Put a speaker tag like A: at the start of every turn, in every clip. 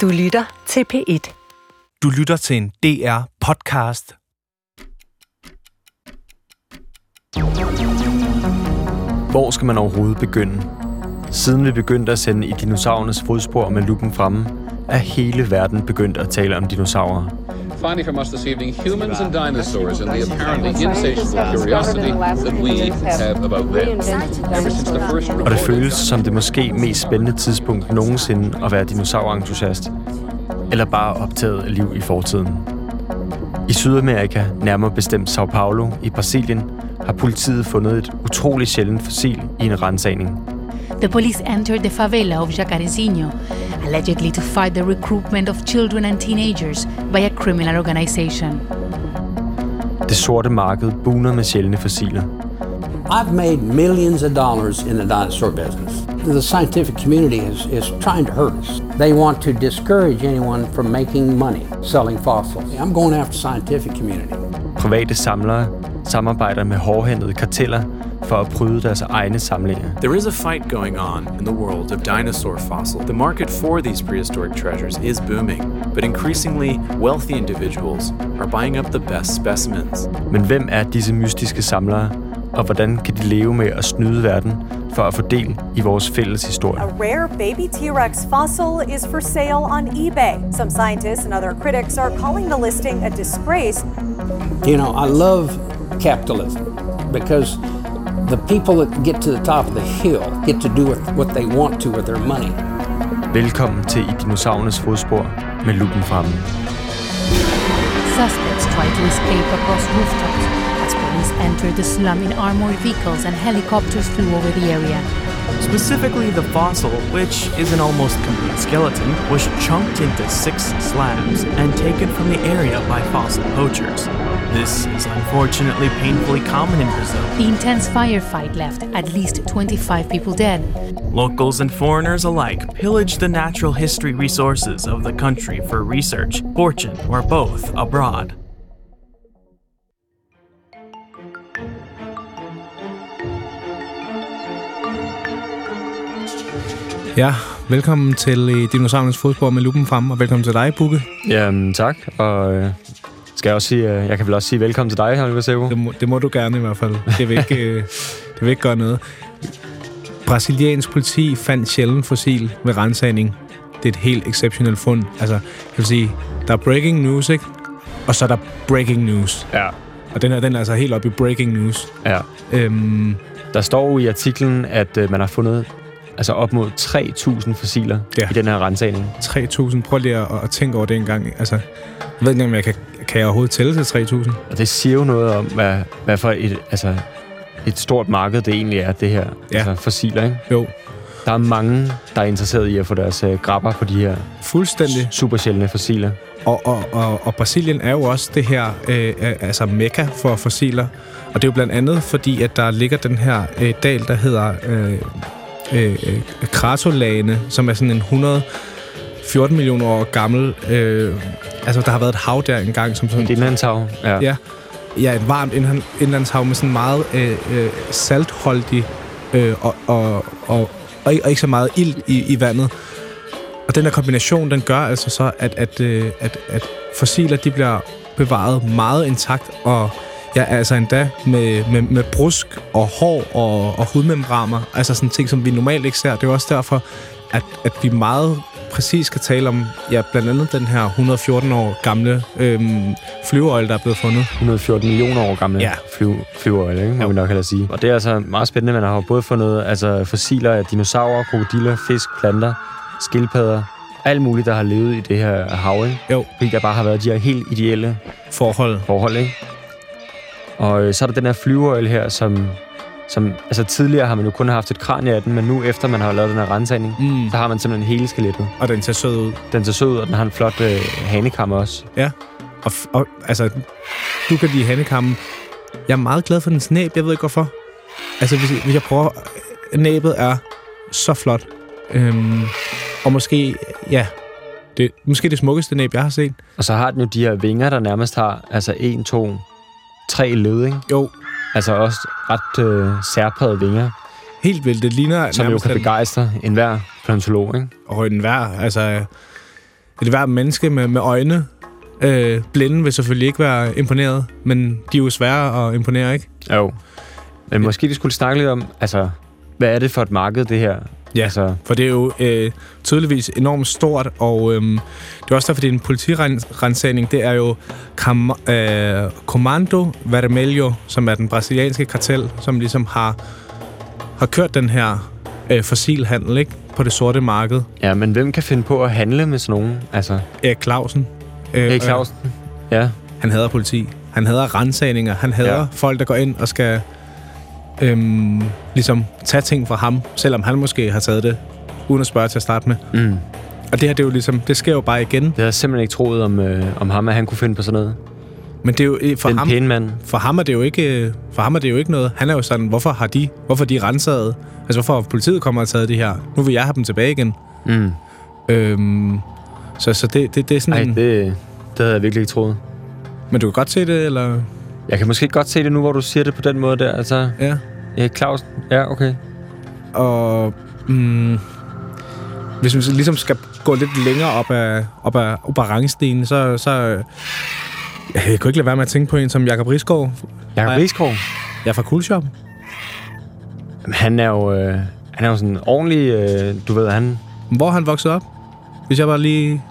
A: Du lytter til P1.
B: Du lytter til en DR podcast.
C: Hvor skal man overhovedet begynde? Siden vi begyndte at sende i dinosaurernes fodspor med luppen fremme, er hele verden begyndt at tale om dinosaurer.
D: Finally, from us this evening, humans and dinosaurs and the apparently insatiable curiosity that we have about them. Ever since the first
C: Og det
D: recorded
C: føles som det måske mest spændende tidspunkt nogensinde at være dinosaurentusiast. Eller bare optaget af liv i fortiden. I Sydamerika, nærmere bestemt Sao Paulo i Brasilien, har politiet fundet et utroligt sjældent fossil i en rensagning.
E: The police entered the favela of Jacarezinho, allegedly to fight the recruitment of children and teenagers by a criminal organization.
C: Det sorte marked buner med sjældne fossiler.
F: I've made millions of dollars in the dinosaur business. The scientific community is, is trying to hurt us. They want to discourage anyone from making money selling fossils. I'm going after scientific community.
C: Private samlere samarbejder med hårdhændede karteller for at pryde deres egne samlinger.
G: There is a fight going on in the world of dinosaur fossils. The market for these prehistoric treasures is booming, but increasingly wealthy individuals are buying up the best specimens.
C: Men hvem er disse mystiske samlere, og hvordan kan de leve med at snyde verden for at få del i vores fælles historie?
H: A rare baby T Rex fossil is for sale on eBay. Some scientists and other critics are calling the listing a disgrace.
F: You know, I love capitalism because the people that get to the top of the hill get to do with what they want to with their money.
C: Velkommen til I Dinosaurernes Fodspor med lupen fremme.
E: Suspects tried to escape across rooftops as police entered the slum in armored vehicles and helicopters flew over the area.
I: Specifically, the fossil, which is an almost complete skeleton, was chunked into six slabs and taken from the area by fossil poachers. This is unfortunately painfully common in Brazil.
E: The intense firefight left at least 25 people dead.
I: Locals and foreigners alike pillage the natural history resources of the country for research, fortune, or both abroad.
B: Ja, velkommen til øh, Dinosaurernes fodspor med lupen frem, og velkommen til dig, Bukke.
C: Jamen tak, og øh, skal jeg, også sige, øh, jeg kan vel også sige velkommen til dig, Oliver Sebo.
B: Det må, det må du gerne i hvert fald. Det vil ikke, øh, det vil ikke gøre noget. Brasiliansk politi fandt sjældent fossil ved rensagning. Det er et helt exceptionelt fund. Altså, jeg vil sige, der er breaking news, ikke? Og så er der breaking news.
C: Ja,
B: Og den her, den er altså helt op i breaking news.
C: ja.
B: Øhm,
C: Der står jo i artiklen, at øh, man har fundet altså op mod 3.000 fossiler
B: Ja.
C: ja. i den her rensagning.
B: 3.000. Prøv lige at, at tænke over det en gang. Altså, jeg ved ikke engang, om jeg kan, kan jeg overhovedet tælle til 3.000.
C: Og det siger jo noget om, hvad, hvad for et, altså, et stort marked det egentlig er, det her
B: Ja.
C: ja. altså, fossiler. Ikke?
B: Jo,
C: Der er mange, der er interesseret i at få deres øh, grabber på de her
B: fuldstændig.
C: super sjældne fossiler.
B: Og, og, og, og Brasilien er jo også det her øh, øh, altså mekka for fossiler. Og det er jo blandt andet, fordi at der ligger den her øh, dal, der hedder øh, øh, øh, Kratolagene, som er sådan en 114 millioner år gammel... Øh, altså, der har været et hav der engang, som sådan...
C: Et indlandshav. Ja.
B: Ja. Ja, et varmt indland, indlandshav med sådan meget øh, øh, saltholdig øh, og, og, og, og, ikke- og ikke så meget ild i, i vandet. Og den her kombination, den gør altså så, at, at, øh, at, at fossiler, de bliver bevaret meget intakt, og ja, altså endda med, med, med brusk og hår og, og hudmembraner, altså sådan ting, som vi normalt ikke ser. Det er jo også derfor, at, at vi meget præcis skal tale om, ja, blandt andet den her 114 år gamle øhm, flyveøjle, der er blevet fundet.
C: 114 millioner år gamle
B: Ja.
C: ja. flyve, flyveøjle, ikke? må vi nok hellere sige. Og det er altså meget spændende. Man har jo både fundet altså, fossiler af dinosaurer, krokodiller, fisk, planter, skildpadder, alt muligt, der har levet i det her hav. Ikke?
B: Jo.
C: Fordi der bare har været de her helt ideelle
B: Forhold.
C: forhold. Ikke? Og øh, så er der den her flyveøjle her, som, som altså, tidligere har man jo kun haft et kranie af den, men nu efter man har lavet den her rensagning,
B: Mm.
C: så har man simpelthen hele skelettet.
B: Og den ser sød ud.
C: Den ser sød ud, og den har en flot øh, hanekam også.
B: Ja. Og, f- og altså, du kan lide handekammen. Jeg er meget glad for den snæb, jeg ved ikke hvorfor. Altså, hvis, hvis jeg prøver... Næbet er så flot. Øhm, og måske, ja, det, måske det smukkeste næb, jeg har set.
C: Og så har den jo de her vinger, der nærmest har altså en, to, tre led, ikke?
B: Jo,
C: Altså også ret øh, særprægede vinger,
B: helt vildt. Det ligner
C: som jo kan
B: den,
C: begejstre enhver plantolog, ikke?
B: og den vær. Altså, et hvert menneske med, med øjne. Øh, blinde vil selvfølgelig ikke være imponeret, men de er jo svære at imponere, ikke?
C: Jo. Men måske de skulle snakke lidt om, altså, hvad er det for et marked, det her?
B: Ja,
C: Altså,
B: for det er jo øh, tydeligvis enormt stort, og øhm, det er også derfor, det er en politirensagning. Det er jo Cam- øh, Comando Vermelho, som er den brasilianske kartel, som ligesom har, har kørt den her øh, fossilhandel ikke? på det sorte marked.
C: ja, men hvem kan finde på at handle med sådan nogen? Altså,
B: Erik Clausen. Øh,
C: Erik Clausen? Ja.
B: Øh, han hader politi. Han hader rensagninger. Han hader
C: Ja.
B: ja. folk, der går ind og skal øhm, ligesom tage ting fra ham, selvom han måske har taget det, uden at spørge til at starte med.
C: Mm.
B: Og det her, det er jo ligesom, det sker jo bare igen.
C: Det havde jeg simpelthen ikke troet om, øh, om ham, at han kunne finde på sådan noget.
B: Men det er jo, øh, for,
C: Den
B: ham,
C: pæne mand.
B: for, ham er det jo ikke, øh, for ham er det jo ikke noget. Han er jo sådan, hvorfor har de, hvorfor er de renset? Altså, hvorfor har politiet kommet og taget det her? Nu vil jeg have dem tilbage igen.
C: Mm.
B: Øhm, så, så det, det, det er
C: Ej,
B: sådan... Ej, det...
C: det, det havde jeg virkelig ikke troet.
B: Men du kan godt se det, eller...
C: Jeg kan måske godt se det nu, hvor du siger det på den måde der. Altså,
B: Ja.
C: Erik Clausen. Ja, okay.
B: Og... Mm, hvis vi så ligesom skal gå lidt længere op af, op af, op af rangstenen, så... så øh, jeg kunne ikke lade være med at tænke på en som Jakob Risgaard.
C: Jakob
B: Ej.
C: Rieskov.
B: Jeg er fra Coolshop.
C: Jamen, Han er jo... Øh, han er jo sådan en ordentlig... Øh, du ved, han
B: Hvor er han vokset op? Hvis jeg bare lige...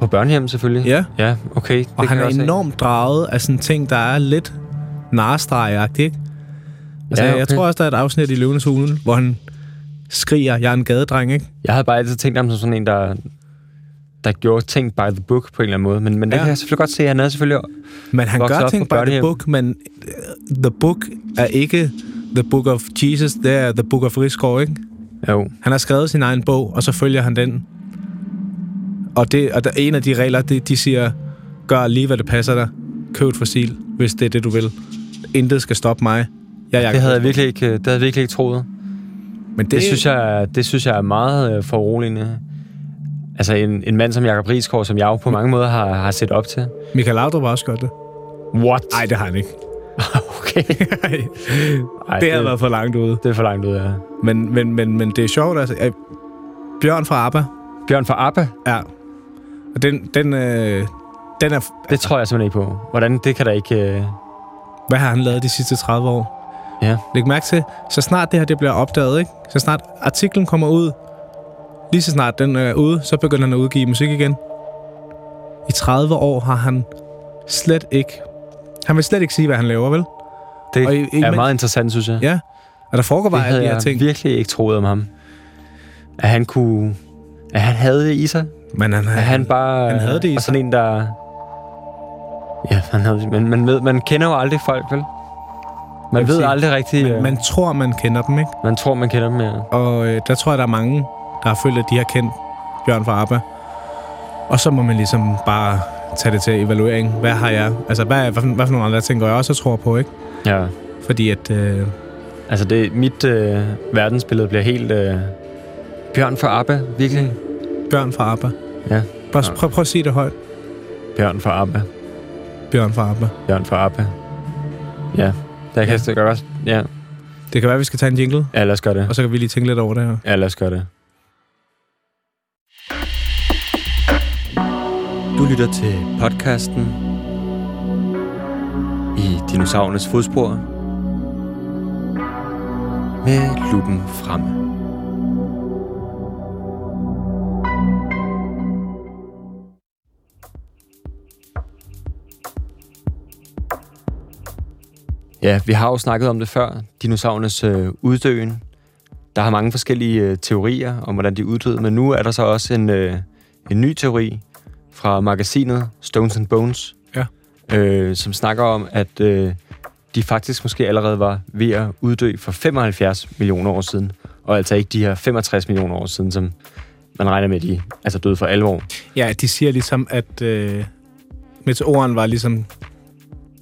C: på børnehjem selvfølgelig.
B: Ja.
C: Ja, okay. det
B: Og
C: kan
B: han
C: jeg
B: er
C: godt se.
B: enormt draget af sådan ting, der er lidt narestregagtigt, ikke? Altså,
C: Ja,
B: ja,
C: okay.
B: okay. jeg tror også, der er et afsnit i Løvenes Hulen, hvor han skriger, jeg er en gadedreng, ikke?
C: Jeg havde bare altid tænkt ham som sådan en, der der gjorde ting by the book på en eller anden måde. Men, men ja. det
B: Ja.
C: kan jeg selvfølgelig godt se. Han er selvfølgelig...
B: Men han
C: Vokset
B: gør
C: op
B: ting
C: på
B: by the
C: børnehjem.
B: book, men øh, the book er ikke the book of Jesus, det er the book of Rigsgaard, ikke?
C: Jo,
B: Han har skrevet sin egen bog, og så følger han den. Og, det, og der, en af de regler, det, de siger, gør lige, hvad det passer dig. Køb et fossil, hvis det er det, du vil. Intet skal stoppe mig. Jeg, jeg,
C: det havde jeg virkelig ikke, øh, det havde jeg virkelig ikke troet.
B: Men det,
C: Det, det, synes jeg, det synes jeg er meget øh, foruroligende. Altså en, en mand som Jakob Rieskov, som jeg jo på mange måder har, har set op til.
B: Michael Laudrup har også gjort det.
C: What?
B: Nej, det har han ikke.
C: okay.
B: Ej,
C: Ej,
B: det har været for langt ude.
C: det er for langt ud af.
B: Men, men, men, men det er sjovt, altså. Øh, Bjørn fra ABBA,
C: Bjørn fra Appa,
B: ja. Og den, den, øh, den er...
C: det tror jeg simpelthen ikke på. Hvordan, det kan der ikke... Øh...
B: Hvad har han lavet de sidste 30 år?
C: Ja.
B: Læg mærke til, så snart det her det bliver opdaget, ikke? så snart artiklen kommer ud, lige så snart den øh, er ude, så begynder han at udgive musik igen. I 30 år har han slet ikke... Han vil slet ikke sige, hvad han laver, vel?
C: Det
B: Og i-
C: er
B: ikke mindst-
C: meget interessant, synes jeg.
B: Ja. Og der foregår
C: det
B: bare alle
C: havde
B: de her
C: jeg
B: ting.
C: virkelig ikke troet om ham. At han kunne... At han havde det i sig.
B: Men han,
C: At han bare...
B: han havde det i
C: Og sådan en, der... Ja, han havde det. Men man, ved, man kender jo aldrig folk, vel? Man
B: Jeg vil
C: ved
B: sige,
C: aldrig rigtigt...
B: Men
C: øh,
B: man tror, man kender dem, ikke?
C: Man tror, man kender dem, ja.
B: Og øh, der tror jeg, der er mange, der har følt, at de har kendt Bjørn fra ABBA. Og så må man ligesom bare tage det til evaluering. Hvad har jeg? Altså, hvad, er- hvad, for- hvad for nogle andre ting, går jeg også og tror på, ikke?
C: Ja.
B: Fordi at... Øh,
C: Altså, det, mit øh, verdensbillede bliver helt... Øh, Bjørn fra Abba, virkelig.
B: Bjørn fra ABBA.
C: Ja.
B: Prøv, prøv, prøv at sige det højt.
C: Bjørn fra Abba.
B: Bjørn fra ABBA.
C: Bjørn fra Abba. Ja, der kan jeg godt. Ja.
B: Det kan være, at vi skal tage en jingle,
C: ja, lad os gøre
B: og
C: det.
B: så kan vi lige tænke lidt over det her.
C: Ja, lad os gøre det. Du lytter til podcasten i dinosaurernes fodspor med luppen fremme. Ja, vi har jo snakket om det før, dinosaurernes øh, uddøen. Der har mange forskellige øh, teorier om, hvordan de uddøde, men nu er der så også en, øh, en ny teori fra magasinet Stones and Bones,
B: Ja.
C: øh, som snakker om, at øh, de faktisk måske allerede var ved at uddø for 75 millioner år siden, og altså ikke de her 65 millioner år siden, som man regner med, at de altså døde for alvor.
B: Ja, de siger ligesom, at øh, meteoren var ligesom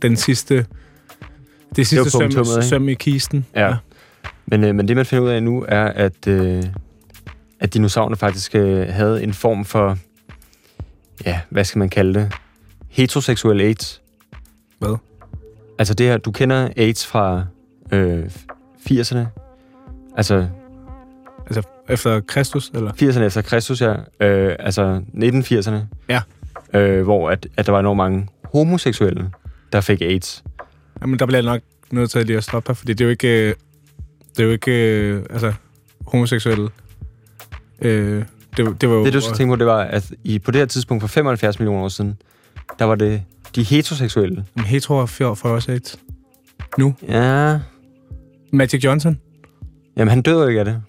B: den sidste... Det sidste søm,
C: punktummet, ikke?
B: søm i kisten.
C: Ja. Men, øh, men det, man finder ud af nu, er, at, øh, at dinosaurerne faktisk øh, havde en form for, ja, hvad skal man kalde det? Heteroseksuel AIDS.
B: Hvad?
C: Altså det her, du kender AIDS fra øh, 80'erne. Altså,
B: Altså, efter Kristus, eller?
C: 80'erne efter Kristus, ja. Øh, altså 1980'erne.
B: Ja.
C: Øh, hvor at, at der var enormt mange homoseksuelle, der fik AIDS.
B: Jamen, der bliver jeg nok nødt til lige at stoppe dig, fordi det er jo ikke... øh, Det er jo ikke... øh, Altså, homoseksuelle... Øh, det, det var jo...
C: Det, du skal tænke på, det var, at i, på det her tidspunkt for 75 millioner år siden, der var det de heteroseksuelle.
B: Men Hetero er fjord for os AIDS. Nu.
C: Ja.
B: Magic Johnson?
C: Jamen, han døde jo ikke af det.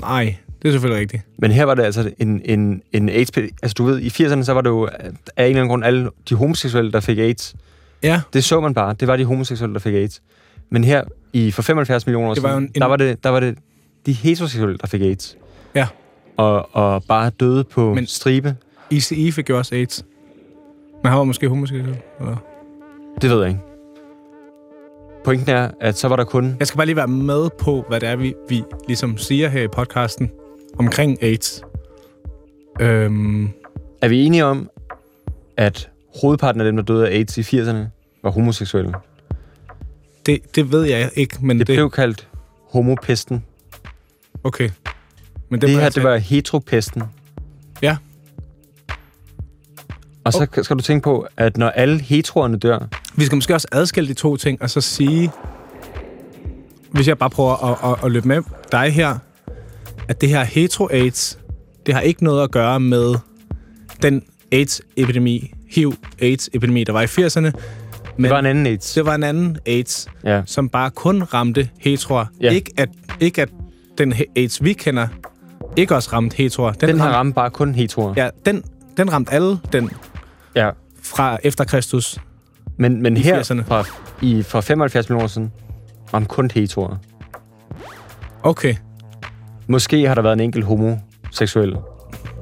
B: Nej, det er selvfølgelig rigtigt.
C: Men her var det altså en, en, en AIDS... Altså, du ved, i 80'erne, så var det jo at af en eller anden grund alle de homoseksuelle, der fik AIDS.
B: Ja,
C: Det så man bare. Det var de homoseksuelle, der fik AIDS. Men her, i for 75 millioner år
B: Det var jo
C: siden,
B: en- en-
C: der, var det, der var det de heteroseksuelle, der fik AIDS.
B: ja.
C: Og, og bare døde på
B: Men-
C: Men... stribe.
B: ICE fik jo også AIDS. Men han var måske homoseksuel, eller?
C: Det ved jeg ikke. Pointen er, at så var der kun...
B: Jeg skal bare lige være med på, hvad det er, vi, vi ligesom siger her i podcasten omkring AIDS. Øhm,
C: Er vi enige om, at hovedparten af dem, der døde af AIDS i 80'erne, var homoseksuelle?
B: det, det ved jeg ikke, men
C: Det
B: det...
C: blev kaldt homopesten. Det,
B: Okay. Men
C: det
B: må
C: her,
B: jeg
C: det
B: tage-
C: var heteropesten.
B: Ja,
C: Og
B: Oh.
C: så skal du tænke på, at når alle heteroerne dør,
B: vi skal måske også adskille de to ting, og så sige, hvis jeg bare prøver at, at, at løbe med dig her, at det her hetero-AIDS, det har ikke noget at gøre med den AIDS-epidemi, HIV-AIDS-epidemi, der var i 80'erne. Men
C: det var en anden AIDS.
B: det var en anden AIDS,
C: Ja.
B: som bare kun ramte heteroer.
C: Ja.
B: Ikke, at, ikke at den he- AIDS, vi kender, ikke også ramte heteroer.
C: Den her
B: ramte-
C: ramte bare kun heteroer.
B: Ja, den, den ramte alle, den
C: ja.
B: fra efter Kristus.
C: Men, men her
B: 80'erne.
C: fra, i, fra 75 millioner år siden, ramte kun heteroer.
B: Okay.
C: Måske har der været en enkelt homoseksuel,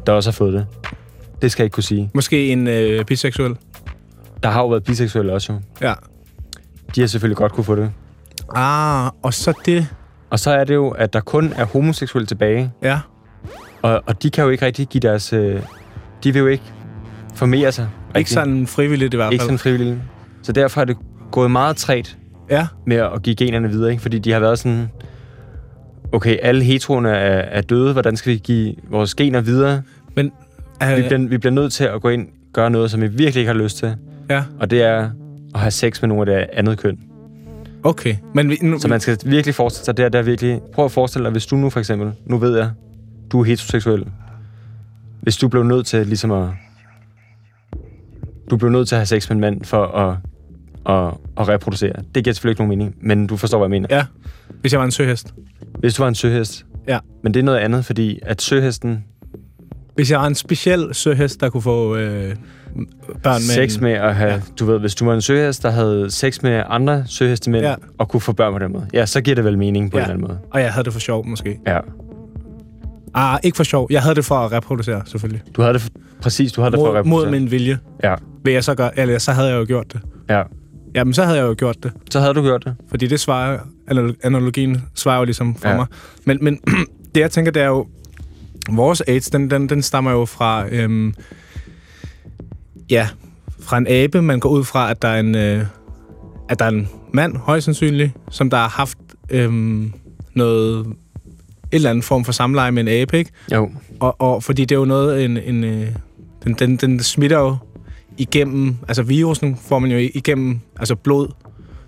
C: der også har fået det. Det skal jeg ikke kunne sige.
B: Måske en øh, biseksuel.
C: Der har jo været biseksuelle også jo.
B: Ja.
C: De har selvfølgelig godt kunne få det.
B: Ah, og så det.
C: Og så er det jo, at der kun er homoseksuelle tilbage,
B: Ja.
C: og, og de kan jo ikke rigtig give deres... Øh, de vil jo ikke formere sig.
B: Ikke
C: rigtig.
B: sådan frivilligt i hvert fald.
C: Ikke sådan frivilligt. Så derfor er det gået meget træt
B: Ja.
C: med at give generne videre, ikke? fordi de har været sådan... Okay, alle heteroerne er, er døde. Hvordan skal vi give vores gener videre?
B: Men,
C: Vi
B: øh,
C: bliver, vi bliver nødt til at gå ind og gøre noget, som vi virkelig ikke har lyst til.
B: ja,
C: Og det er at have sex med nogen af det andet køn.
B: okay. Men vi, nu,
C: Så man skal virkelig forestille sig, det er der virkelig... Prøv at forestille dig, hvis du nu for eksempel... Nu ved jeg, du er heteroseksuel. Hvis du blev nødt til ligesom at... Du blev nødt til at have sex med en mand for at, at, at reproducere. Det giver selvfølgelig ikke nogen mening, men du forstår, hvad jeg mener.
B: Ja, hvis jeg var en søhest.
C: Hvis du var en søhest.
B: Ja.
C: Men det er noget andet, fordi at søhesten
B: Hvis jeg var en speciel søhest, der kunne få øh, børn med...
C: sex
B: en-
C: med at have...
B: Ja.
C: Ja. Du ved, hvis du var en søhest, der havde sex med andre søhestemænd
B: Ja.
C: ja. og kunne få børn på den måde. Ja, så giver det vel mening på
B: Ja.
C: ja. en eller anden måde.
B: Og jeg havde det for sjov, måske.
C: Ja.
B: Ah, ikke for sjov. Jeg havde det for at reproducere, selvfølgelig.
C: Du havde det for, præcis, du havde det for at
B: Mod, mod
C: reproducere.
B: min vilje.
C: Ja,
B: Vil jeg så gøre... Eller så havde jeg jo gjort det.
C: ja.
B: Jamen, så havde jeg jo gjort det.
C: Så havde du gjort det.
B: Fordi det svarer, anal- analogien svarer jo ligesom for ja.
C: Ja.
B: mig. Men, men det, jeg tænker, det er jo, vores AIDS, den, den, den stammer jo fra, øhm, ja, fra en abe. Man går ud fra, at der er en, øh, at der er en mand, højst sandsynligt, som der har haft øhm, noget, et eller andet form for samleje med en abe, ikke?
C: Jo.
B: Og, og fordi det er jo noget, en, en, øh, den, den, den smitter jo igennem, altså virusen får man jo igennem altså blod.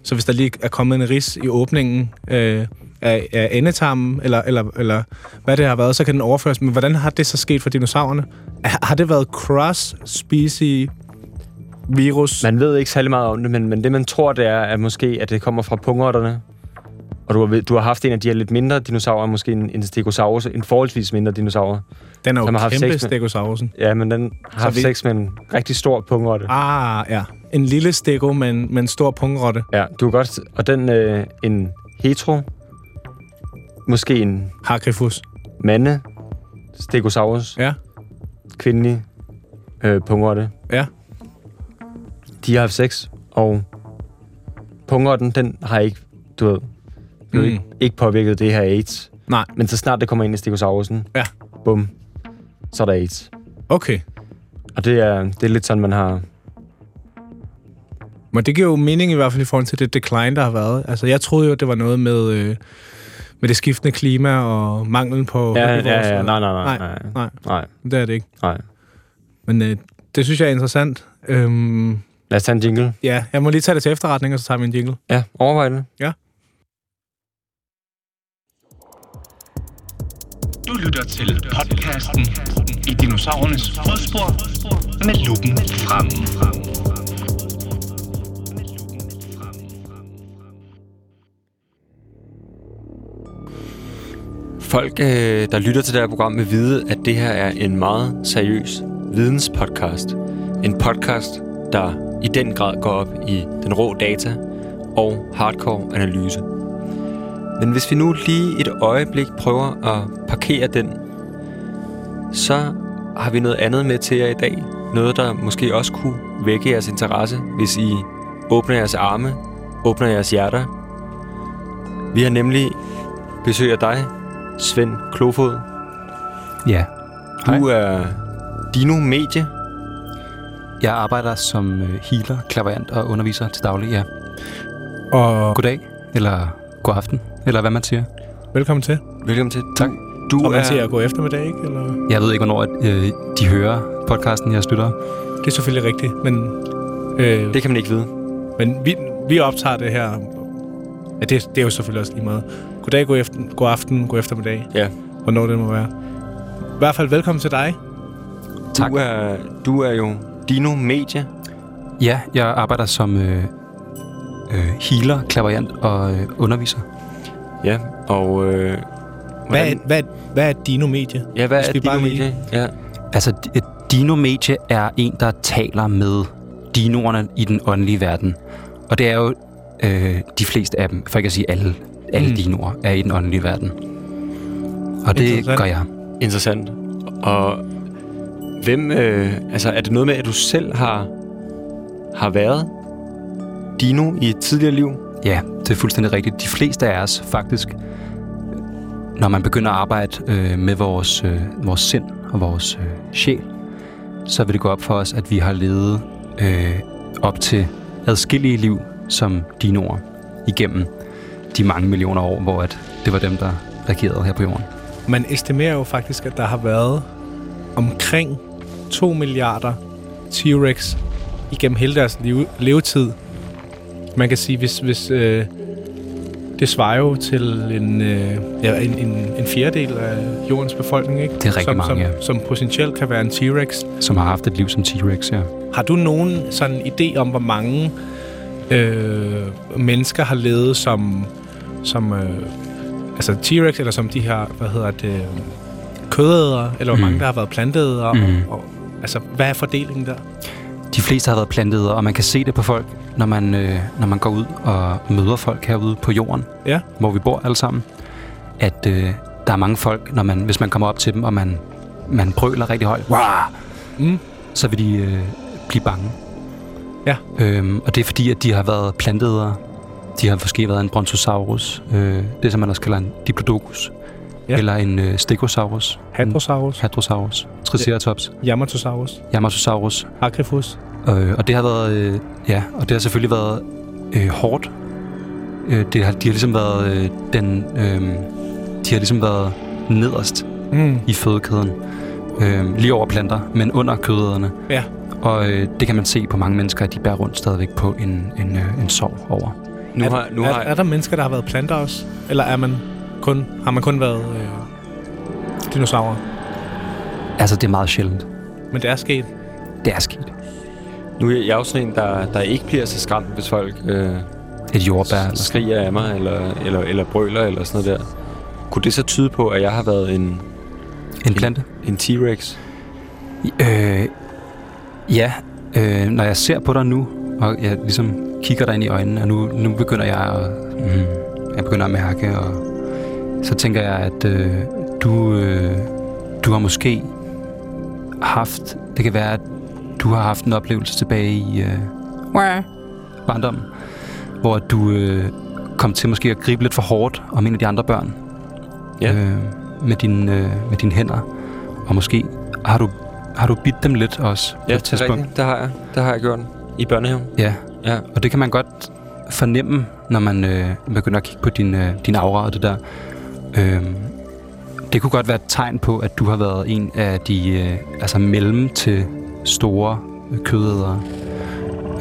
B: Så hvis der lige er kommet en ris i åbningen øh, af, af endetarmen, eller, eller, eller hvad det har været, så kan den overføres. Men hvordan har det så sket for dinosaurerne? Har har det været cross-species virus?
C: Man ved ikke særlig meget om det, men, men det man tror, det er, at måske at det kommer fra pungotterne. Og du har, ved- du har haft en af de her lidt mindre dinosaurer, måske en, en stegosaurus, en forholdsvis mindre dinosaur.
B: den er jo
C: som har haft sex
B: kæmpe,
C: med-
B: stegosaurusen.
C: Ja, men den har haft
B: vi-
C: sex med en rigtig stor pungotte.
B: Ah, ja. En lille stego med en, med en stor pungrotte.
C: Ja, du kan godt... Og den, øh, en hetero, måske en
B: Hargrifus.
C: mande, stegosaurus, ja.
B: Ja,
C: kvindelig øh, pungotte.
B: ja.
C: De har haft sex, og pungotten, den har ikke, du ved, mm. ikke, ikke påvirket det her AIDS.
B: Nej,
C: Men så snart det kommer ind i stegosaurusen,
B: ja.
C: bum, så er der AIDS.
B: Okay.
C: Og det er, det er lidt sådan, man har...
B: Men det giver jo mening i hvert fald i forhold til det decline, der har været. Altså, jeg troede jo, det var noget med, øh, med det skiftende klima og manglen på...
J: Ja,
B: herbivores
J: ja, ja.
B: og-
J: Nej, nej, nej,
B: nej,
J: nej.
B: nej.
J: Nej,
B: Det er det ikke.
J: nej.
B: Men øh, det synes jeg er interessant. Øhm,
J: Lad os tage en jingle.
B: ja, jeg må lige tage det til efterretning, og så tager vi en jingle.
J: Ja, overvej det.
K: Du lytter til podcasten i dinosaurernes fodspor med luppen fremme.
J: Folk, øh, der lytter til det her program, vil vide, at det her er en meget seriøs videnspodcast. En podcast, der i den grad går op i den rå data og hardcore analyse. Men hvis vi nu lige et øjeblik prøver at parkere den, så har vi noget andet med til jer i dag. Noget, der måske også kunne vække jeres interesse, hvis I åbner jeres arme, åbner jeres hjerter. Vi har nemlig besøg af dig, Svend Klofod.
C: Ja,
J: Du er Dino Medie.
C: jeg arbejder som øh, healer, klaverant og underviser til daglig, ja.
B: Og
C: Goddag, eller god aften, eller hvad man siger.
B: velkommen til.
J: Velkommen til.
C: Tak.
J: Du
B: Og man siger
J: er,
B: at gå eftermiddag, ikke? Eller?
C: Jeg ved ikke, hvornår at, øh, de hører podcasten, jeg støtter.
B: Det er selvfølgelig rigtigt, men, øh,
J: det kan man ikke vide.
B: men vi, vi optager det her. Ja, det, det er jo selvfølgelig også lige meget. Goddag, god, efter, god aften, god eftermiddag.
J: Ja.
B: Hvornår det må være. I hvert fald velkommen til dig.
C: Tak.
J: Du er, du er jo Dino Medie.
C: Ja, jeg arbejder som øh, øh, healer, klaverant og øh, underviser.
J: Ja, og... Øh,
B: Hvad,
J: hvordan-
B: er- hvad, er- hvad er Dino Media?
J: ja, hvad
B: hvis
J: er
B: vi
J: Dino
B: bare lige-
J: Medie? Ja.
C: Altså, d- et dino-medie er en, der taler med dinoerne i den åndelige verden. Og det er jo øh, de fleste af dem, for ikke at sige alle, alle
B: Mm.
C: mm. dinoer, er i den åndelige verden. Og det
B: Interessant.
C: gør jeg.
J: Interessant. Og hvem... Øh, altså, er det noget med, at du selv har, har været Dino i et tidligere liv?
C: Ja, det er fuldstændig rigtigt. De fleste af os faktisk, når man begynder at arbejde øh, med vores, øh, vores sind og vores øh, sjæl, så vil det gå op for os, at vi har levet øh, op til adskillige liv som dinoer igennem de mange millioner år, hvor at det var dem, der regerede her på jorden.
B: Man estimerer jo faktisk, at der har været omkring 2 milliarder T-Rex igennem hele deres liv- levetid. Man kan sige, hvis, hvis øh, det svarer jo til en, øh, ja, en, en, en fjerdedel af jordens befolkning, ikke?
C: Det er rigtig
B: som, som,
C: mange, ja.
B: som potentielt kan være en T-Rex.
C: Som har haft et liv som T-Rex, ja.
B: Har du nogen sådan idé om, hvor mange øh, mennesker har levet som, som øh, altså T-Rex, eller som de her, hvad hedder det, kødædere, eller hvor
C: Mm.
B: mange, der har været planteædere?
C: Mm.
B: Og, og, altså, hvad er fordelingen der?
C: De fleste har været plantet, og man kan se det på folk, når man, øh, når man går ud og møder folk herude på jorden,
B: Ja.
C: hvor vi bor alle sammen, at øh, der er mange folk, når man, hvis man kommer op til dem, og man, man brøler rigtig højt, Wah!
B: Mm.
C: så vil de øh, blive bange.
B: Ja.
C: Øhm, og det er fordi, at de har været plantedere. De har måske været en brontosaurus, øh, det som man også kalder en diplodocus,
B: Ja.
C: eller en øh, stegosaurus,
B: Hadrosaurus,
C: en hadrosaurus, triceratops,
J: Mm.
B: Yamatosaurus,
C: yamatosaurus,
B: Acrophus.
C: Øh, og det har været, øh, ja, og det har selvfølgelig været øh, hårdt. Øh, det har, de har ligesom været øh, den, øh, de har ligesom været nederst
B: Mm.
C: i fødekæden. Øh, lige over planter, men under kødæderne.
B: Ja.
C: Og øh, det kan man se på mange mennesker, at de bærer rundt stadigvæk på en, en, øh, en sorg over.
J: Nu
B: er,
J: har, nu
B: er,
J: har,
B: er der mennesker, der har været planter også? Eller er man kun, har man kun været øh, dinosaurer?
C: Altså, det er meget sjældent.
B: Men det er sket.
C: Det er sket.
J: nu er jeg jo sådan en, der, der ikke bliver så skræmt, hvis folk øh,
C: Et jordbær. Eller sådan.
J: skriger af mig, eller, eller, eller brøler, eller sådan noget der. Kunne det så tyde på, at jeg har været en,
C: En plante.
J: en T-Rex?
C: Øh, ja, øh, når jeg ser på dig nu, og jeg ligesom kigger dig ind i øjnene, og nu, nu begynder jeg at, mm, jeg begynder at mærke, og så tænker jeg, at øh, du, øh, du har måske haft, det kan være, at du har haft en oplevelse tilbage i øh, barndommen, hvor du øh, kom til måske at gribe lidt for hårdt om en af de andre børn
J: Ja.
C: øh, med, din, øh, med dine hænder, og måske har du, har du bidt dem lidt også på
J: Ja,
C: et
J: det er
C: tidspunkt.
J: rigtigt. Det har jeg. Det har jeg gjort i børnehaven.
C: Ja,
J: Ja.
C: og det kan man godt fornemme, når man øh, begynder at kigge på din, øh, din aura og det der.
J: Øhm, det kunne godt være et tegn på, at du har været en af de øh, altså mellem til store øh, kødædere.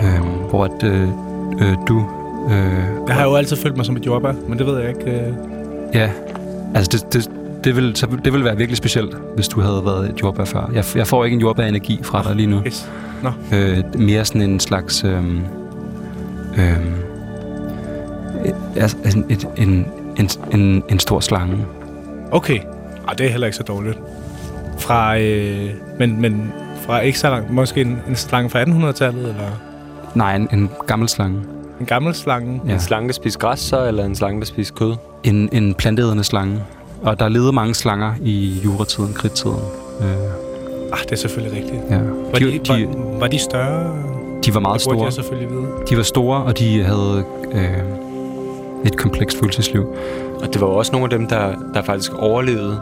J: Øhm, hvor at, øh, øh, du... Øh,
B: Jeg har jo altid følt mig som et jordbær, men det ved jeg ikke. Øh.
J: Ja, altså det, det, det, vil, så, det vil være virkelig specielt, hvis du havde været et jordbær før. Jeg, jeg får ikke en jordbær-energi fra dig lige nu.
B: Yes. Nå.
J: Øh, mere sådan en slags... Øh, øh, altså en, et, en, en, en, en stor slange.
B: Okay. Ej, det er heller ikke så dårligt. Fra, øh, men, men fra ikke så langt, måske en, en slange fra 1800-tallet, eller
J: Nej, en, en gammel slange.
B: en gammel slange.
J: Ja.
C: En slange, der spiser græs, så, eller en slange, der spiser kød?
J: En, en planteædende slange. Og der levede mange slanger i juratiden, kridtiden. Øh,
B: Ah, det er selvfølgelig rigtigt.
J: ja.
B: Var de,
J: de, de,
B: var, var de større?
J: de var meget
B: Det burde
J: store.
B: jeg selvfølgelig vide.
J: De var store, og de havde øh, et komplekst følelsesliv.
C: Og det var jo også nogle af dem, der, der faktisk overlevede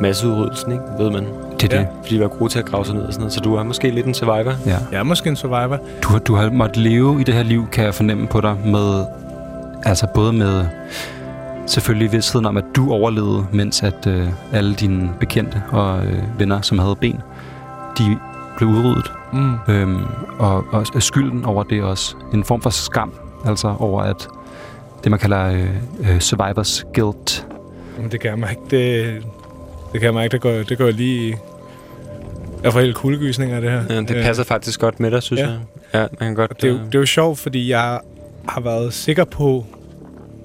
C: masseudryddelsen, ikke? ved man.
J: Det er
B: Ja.
J: ja. det.
C: Fordi de var gode til at grave sig ned og sådan noget. Så du er måske lidt en survivor.
J: Ja.
B: Jeg er måske en survivor.
J: Du, har- du har måttet leve i det her liv, kan jeg fornemme på dig, med, altså både med selvfølgelig vidstheden om, at du overlevede, mens at øh, alle dine bekendte og øh, venner, som havde ben, de blev udryddet.
B: Mm.
J: Øhm, og, og skylden over det også. En form for skam, altså over at det, man kalder øh, øh, survivors guilt.
B: Men det kan jeg mærke, det, det kan jeg mærke, det går, det går lige... i- Jeg får helt kuldegysninger af det her. Øh.
C: Ja, det passer faktisk godt med dig, synes
B: Ja.
C: ja. jeg. Ja, man kan godt...
B: Og det, er jo,
C: øh,
B: det er jo sjovt, fordi jeg har været sikker på,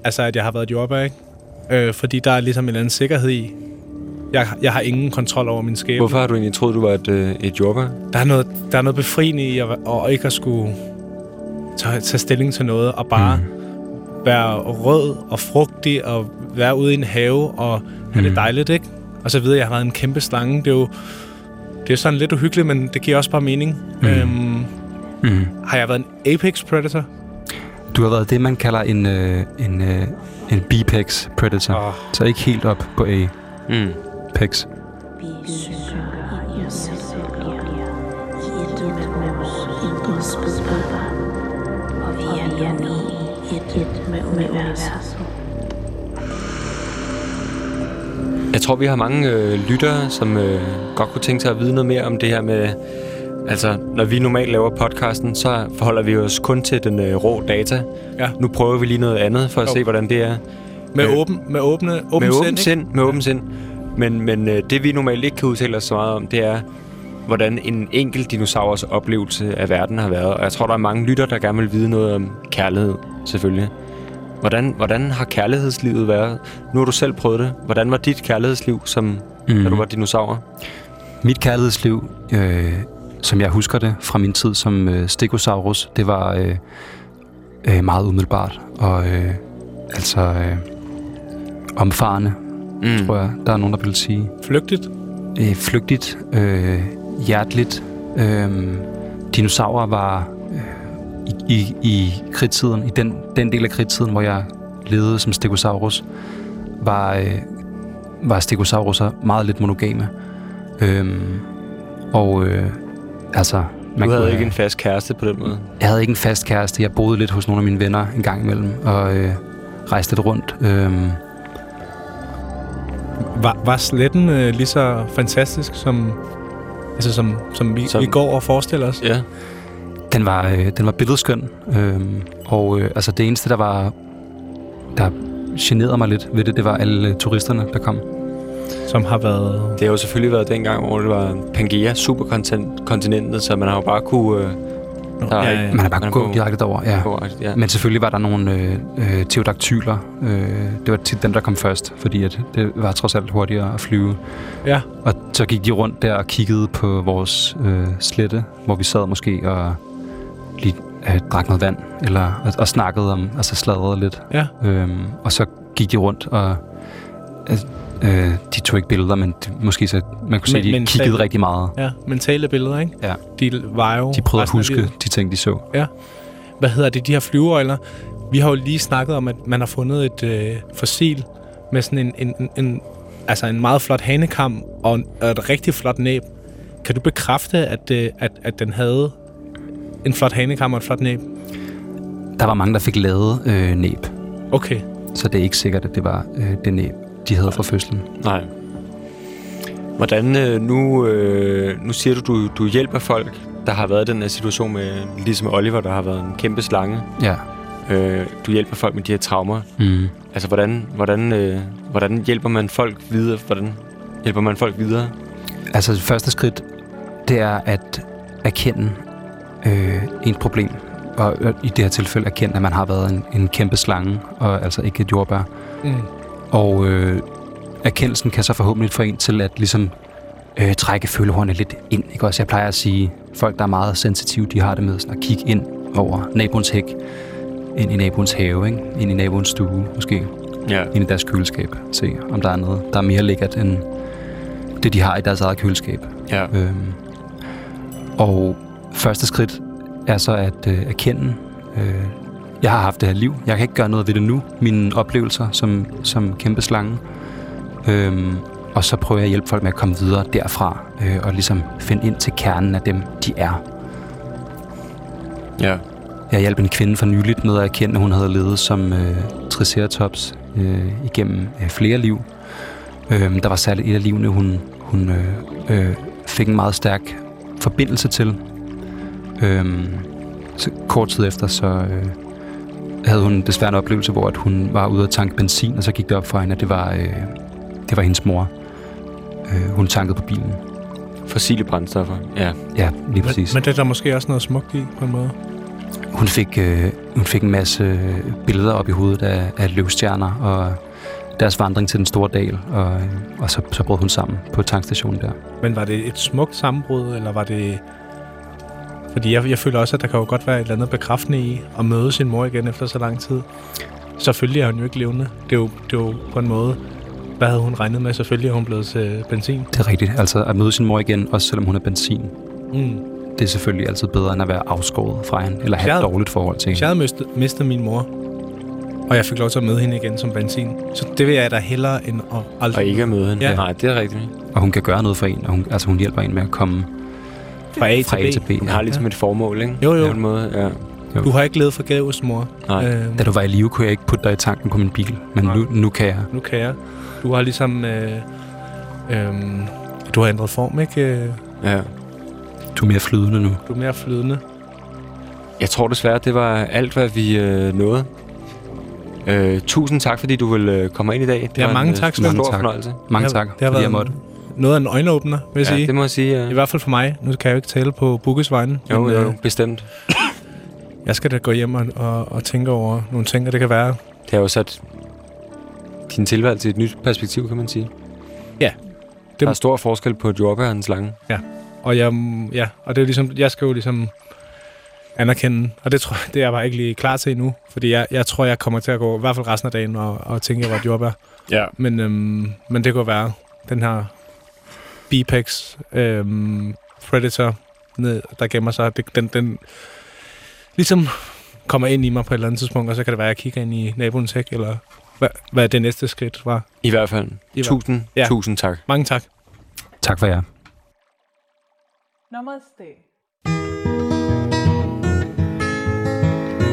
B: altså at jeg har været et jordbær, ikke? Øh, fordi der er ligesom en eller anden sikkerhed i. Jeg, jeg har ingen kontrol over min skæbne.
C: Hvorfor har du egentlig troet, du var et, øh, et jordbær?
B: Der er noget, der er noget befriende i at, og ikke at skulle tage, tage stilling til noget og bare mm. være rød og frugtig og være ude i en have og have mm. det dejligt, ikke? Og så videre, jeg har været en kæmpe slange. Det er jo det er sådan lidt uhyggeligt, men det giver også bare mening. Mm. Øhm,
J: Mm.
B: har jeg været en apex predator?
J: Du har været det, man kalder en, øh, en, øh, en bipex predator.
B: Åh.
J: Oh. Så ikke helt op på E A-pex.
C: Ah. Mm. Jeg tror, vi har mange øh, lyttere, som øh, godt kunne tænke sig at vide noget mere om det her med... Altså, når vi normalt laver podcasten, så forholder vi os kun til den øh, rå data.
B: Ja.
C: Nu prøver vi lige noget andet for at
B: Jo.
C: jo. se, hvordan det er.
B: Med,
C: Øh,
B: åben, med åbne, åben
C: med
B: sind,
C: åben
B: ikke?
C: sind. Med åben sind. Men, men øh, det, vi normalt ikke kan udtale os så meget om, det er, hvordan en enkelt dinosaurs oplevelse af verden har været. Og jeg tror, der er mange lytter, der gerne vil vide noget om kærlighed, selvfølgelig. Hvordan, hvordan har kærlighedslivet været? Nu har du selv prøvet det. Hvordan var dit kærlighedsliv, som, mm. da du var dinosaur?
J: Mhm. Mit kærlighedsliv, øh, som jeg husker det fra min tid som øh, stegosaurus, det var øh, øh, meget umiddelbart og øh, altså øh, omfarende, mm. tror jeg, der er nogen, der vil sige.
B: Flygtigt.
J: øh, flygtigt, øh, hjerteligt. Øh, dinosaurer var øh, i, i, i kridtiden, i den, den del af kridtiden, hvor jeg levede som stegosaurus, var, øh, var stegosauruser meget lidt monogame. Øh, og øh, altså...
C: Du havde
J: kunne-
C: ikke en fast kæreste på den måde.
J: jeg havde ikke en fast kæreste. Jeg boede lidt hos nogle af mine venner en gang imellem, og øh, rejste lidt rundt. Øh,
B: Var, var sletten øh, lige så fantastisk, som, altså, som, som, vi,
C: Som-
B: som vi går og forestiller os?
C: Ja.
J: Den var, øh, den var billedskøn, øh, og øh, altså det eneste, der var der generede mig lidt ved det, det var alle øh, turisterne, der kom.
B: Som har været
C: Det har jo selvfølgelig været dengang, hvor det var Pangea, superkontinentet, så man har jo bare kunne... Øh, der
B: ja,
C: er
B: ja.
C: ikke-
J: Man har bare
C: man
J: gået
C: på-
J: direkte derover, ja.
C: på- ja.
J: Men selvfølgelig var der nogle øh, øh, teodaktyler. Øh, det var tit dem, der kom først, fordi at det var trods alt hurtigere at flyve.
B: Ja.
J: Og så gik de rundt der og kiggede på vores øh, slette, hvor vi sad måske og lige øh, drak noget vand, eller og, og snakkede om, altså sladrede lidt.
B: Ja.
J: Øhm, og så gik de rundt og... Øh, de tog ikke billeder, men de, måske så, man kunne se,
B: Men-
J: at de
B: men
J: kiggede
B: sagde-
J: rigtig meget.
B: Ja, mentale billeder, ikke?
J: Ja.
B: De var jo...
J: De prøvede at
B: resten af
J: huske
B: livet.
J: de ting, de så.
B: Hvad hedder det, de her flyveøjler? Vi har jo lige snakket om, at man har fundet et øh, fossil med sådan en, en, en, en, altså en meget flot hanekam og, en, og et rigtig flot næb. Kan du bekræfte, at, øh, at, at den havde en flot hanekam og et flot næb?
J: Der var mange, der fik lavet øh, næb,
B: Okay.
J: så det er ikke sikkert, at det var øh, det næb. de havde fra fødslen.
C: Nej. Hvordan øh, nu, øh, nu siger du, du, du hjælper folk, der har været i den her situation med, ligesom Oliver, der har været en kæmpe slange.
J: Ja.
C: Øh, du hjælper folk med de her traumer.
J: Mm.
C: Altså, hvordan, hvordan, øh, hvordan hjælper man folk videre? Hvordan hjælper man folk videre?
J: Altså, det første skridt, det er at erkende øh, et problem. Og øh, i det her tilfælde erkende, at man har været en, en kæmpe slange, og altså ikke et jordbær.
B: Mm.
J: Og øh, erkendelsen kan så forhåbentlig få en til at ligesom øh, trække følehornene lidt ind. Ikke? Også jeg plejer at sige, folk, der er meget sensitive, de har det med sådan at kigge ind over naboens hæk, ind i naboens have, ikke? ind i naboens stue måske,
C: Ja.
J: ind i deres køleskab. Se, om der er noget, der er mere lækkert end det, de har i deres eget køleskab.
C: Ja.
J: Øhm, og første skridt er så at øh, erkende, øh, jeg har haft det her liv. Jeg kan ikke gøre noget ved det nu. Mine oplevelser som, som kæmpe slange. Øhm, og så prøver jeg at hjælpe folk med at komme videre derfra. Øh, og ligesom finde ind til kernen af dem, de er.
C: Ja.
J: Jeg hjalp en kvinde for nyligt med at erkende, at hun havde levet som øh, triceratops øh, igennem øh, flere liv. Øh, der var særligt et af livene, hun, hun øh, øh, fik en meget stærk forbindelse til. Øh, så kort tid efter, så øh, havde hun desværre en oplevelse, hvor at hun var ude at tanke benzin, og så gik det op for hende, at det var, øh, det var hendes mor. Øh, hun tankede på bilen.
C: Fossile brændstoffer. Ja.
J: Ja, lige præcis.
B: Men, men det er der måske også noget smukt i, på en måde.
J: Hun fik, øh, hun fik en masse øh, billeder op i hovedet af, af løvstjerner og deres vandring til den store dal, og, øh, og så, så brød hun sammen på tankstationen der.
B: Men var det et smukt sammenbrud, eller var det... Fordi jeg, jeg føler også, at der kan jo godt være et eller andet bekræftende i at møde sin mor igen efter så lang tid. Selvfølgelig er hun jo ikke levende. Det er jo, det er jo på en måde... Hvad havde hun regnet med? Selvfølgelig er hun blevet til benzin.
J: Det er rigtigt, altså at møde sin mor igen, også selvom hun er benzin,
B: Mm.
J: det er selvfølgelig altid bedre end at være afskåret fra hende, eller have et
B: Ja.
J: dårligt forhold til
B: Hvis jeg
J: hende.
B: havde mistet, mistet min mor, og jeg fik lov til at møde hende igen som benzin, så det vil jeg da hellere end at aldrig...
C: Og ikke at møde hende.
B: Ja.
C: Nej, det er rigtigt.
J: Og hun kan gøre noget for en, og hun, altså hun hjælper en med at komme
B: Fra A
J: fra A til
B: til B.
J: B.
C: Hun
J: Ja.
C: har ligesom et formål, ikke?
B: Jo, jo.
C: På en måde, ja.
B: Du har ikke levet forgæves, mor.
C: Nej.
B: Øhm,
J: Da du var i live, kunne jeg ikke putte dig i tanken på min bil, men
B: Nej.
J: nu, nu kan jeg.
B: nu kan jeg. Du har ligesom... Øh, øh, du har ændret form, ikke? Øh,
C: ja.
J: Du er mere flydende nu.
B: Du er mere flydende.
C: Jeg tror desværre, det var alt, hvad vi øh, nåede. Øh, tusind tak, fordi du vil øh, komme ind i dag. Det
B: Ja,
C: var
B: mange
C: en, øh,
B: tak,
C: stor
J: Svend. Mange tak.
C: fornøjelse.
J: Mange
B: Det har-
J: tak,
B: det har
J: fordi
B: været
J: jeg
B: en-
J: måtte.
B: Noget af en øjenåbner, vil jeg ja,
C: Ja,
B: sige.
C: det må jeg sige. Ja.
B: I hvert fald for mig. Nu kan jeg jo ikke tale på Bukkes vegne.
C: Jo,
B: men,
C: jo,
B: øh,
C: bestemt.
B: Jeg skal da gå hjem og, og, og tænke over nogle ting, og det kan være...
C: Det har jo sat din tilværelse i et nyt perspektiv, kan man sige.
B: Ja.
C: Der er stor forskel på et jordbær og en slange.
B: Og, jeg, ja, og det er ligesom, jeg skal jo ligesom anerkende, og det, tror, jeg- det er jeg bare ikke lige klar til endnu, fordi jeg, jeg tror, jeg kommer til at gå, i hvert fald resten af dagen, og, og tænke, at jeg var et jordbær.
C: Ja.
B: Men, øhm, men det kunne være den her Bipex øhm, Predator, ned, der gemmer sig. Det, den, den ligesom kommer ind i mig på et eller andet tidspunkt, og så kan det være, at jeg kigger ind i naboens hæk, eller hvad, hvad det næste skridt var.
C: I hvert fald.
B: hvert-
C: tusind,
B: Ja.
C: tusind tak.
B: Mange tak.
J: Tak for jer.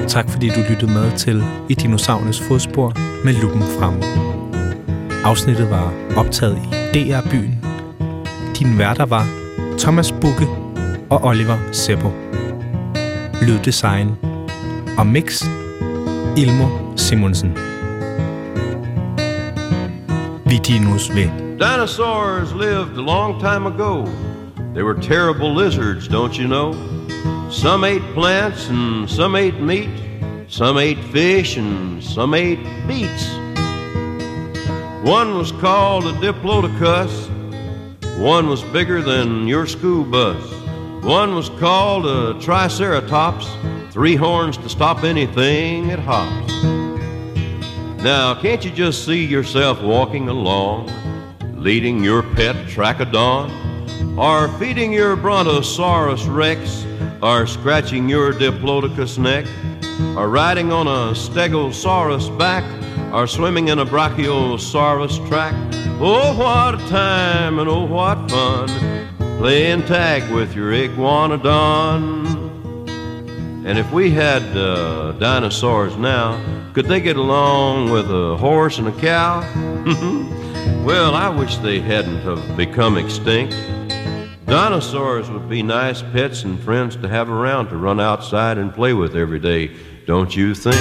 B: Tak fordi du lyttede med til I Dinosaurernes Fodspor med luppen fremme. Afsnittet var optaget i DR-byen. Din værter var Thomas Bukke og Oliver Seppo. Lyddesign og mix Ilmo Simonsen. Vi dinos ved.
L: Dinosaurs lived a long time ago. They were terrible lizards, don't you know? Some ate plants and some ate meat. Some ate fish and some ate beets. One was called a diplodocus. One was bigger than your school bus. One was called a triceratops. Three horns to stop anything it hops. Now, can't you just see yourself walking along, leading your pet trachodon, or feeding your brontosaurus rex, or scratching your diplodocus neck, or riding on a stegosaurus back, or swimming in a brachiosaurus track? Oh, what a time and oh, what fun playing tag with your iguanodon. And if we had uh, dinosaurs now, could they get along with a horse and a cow? Well, I wish they hadn't have become extinct. Dinosaurs would be nice pets and friends to have around to run outside and play with every day, don't you think?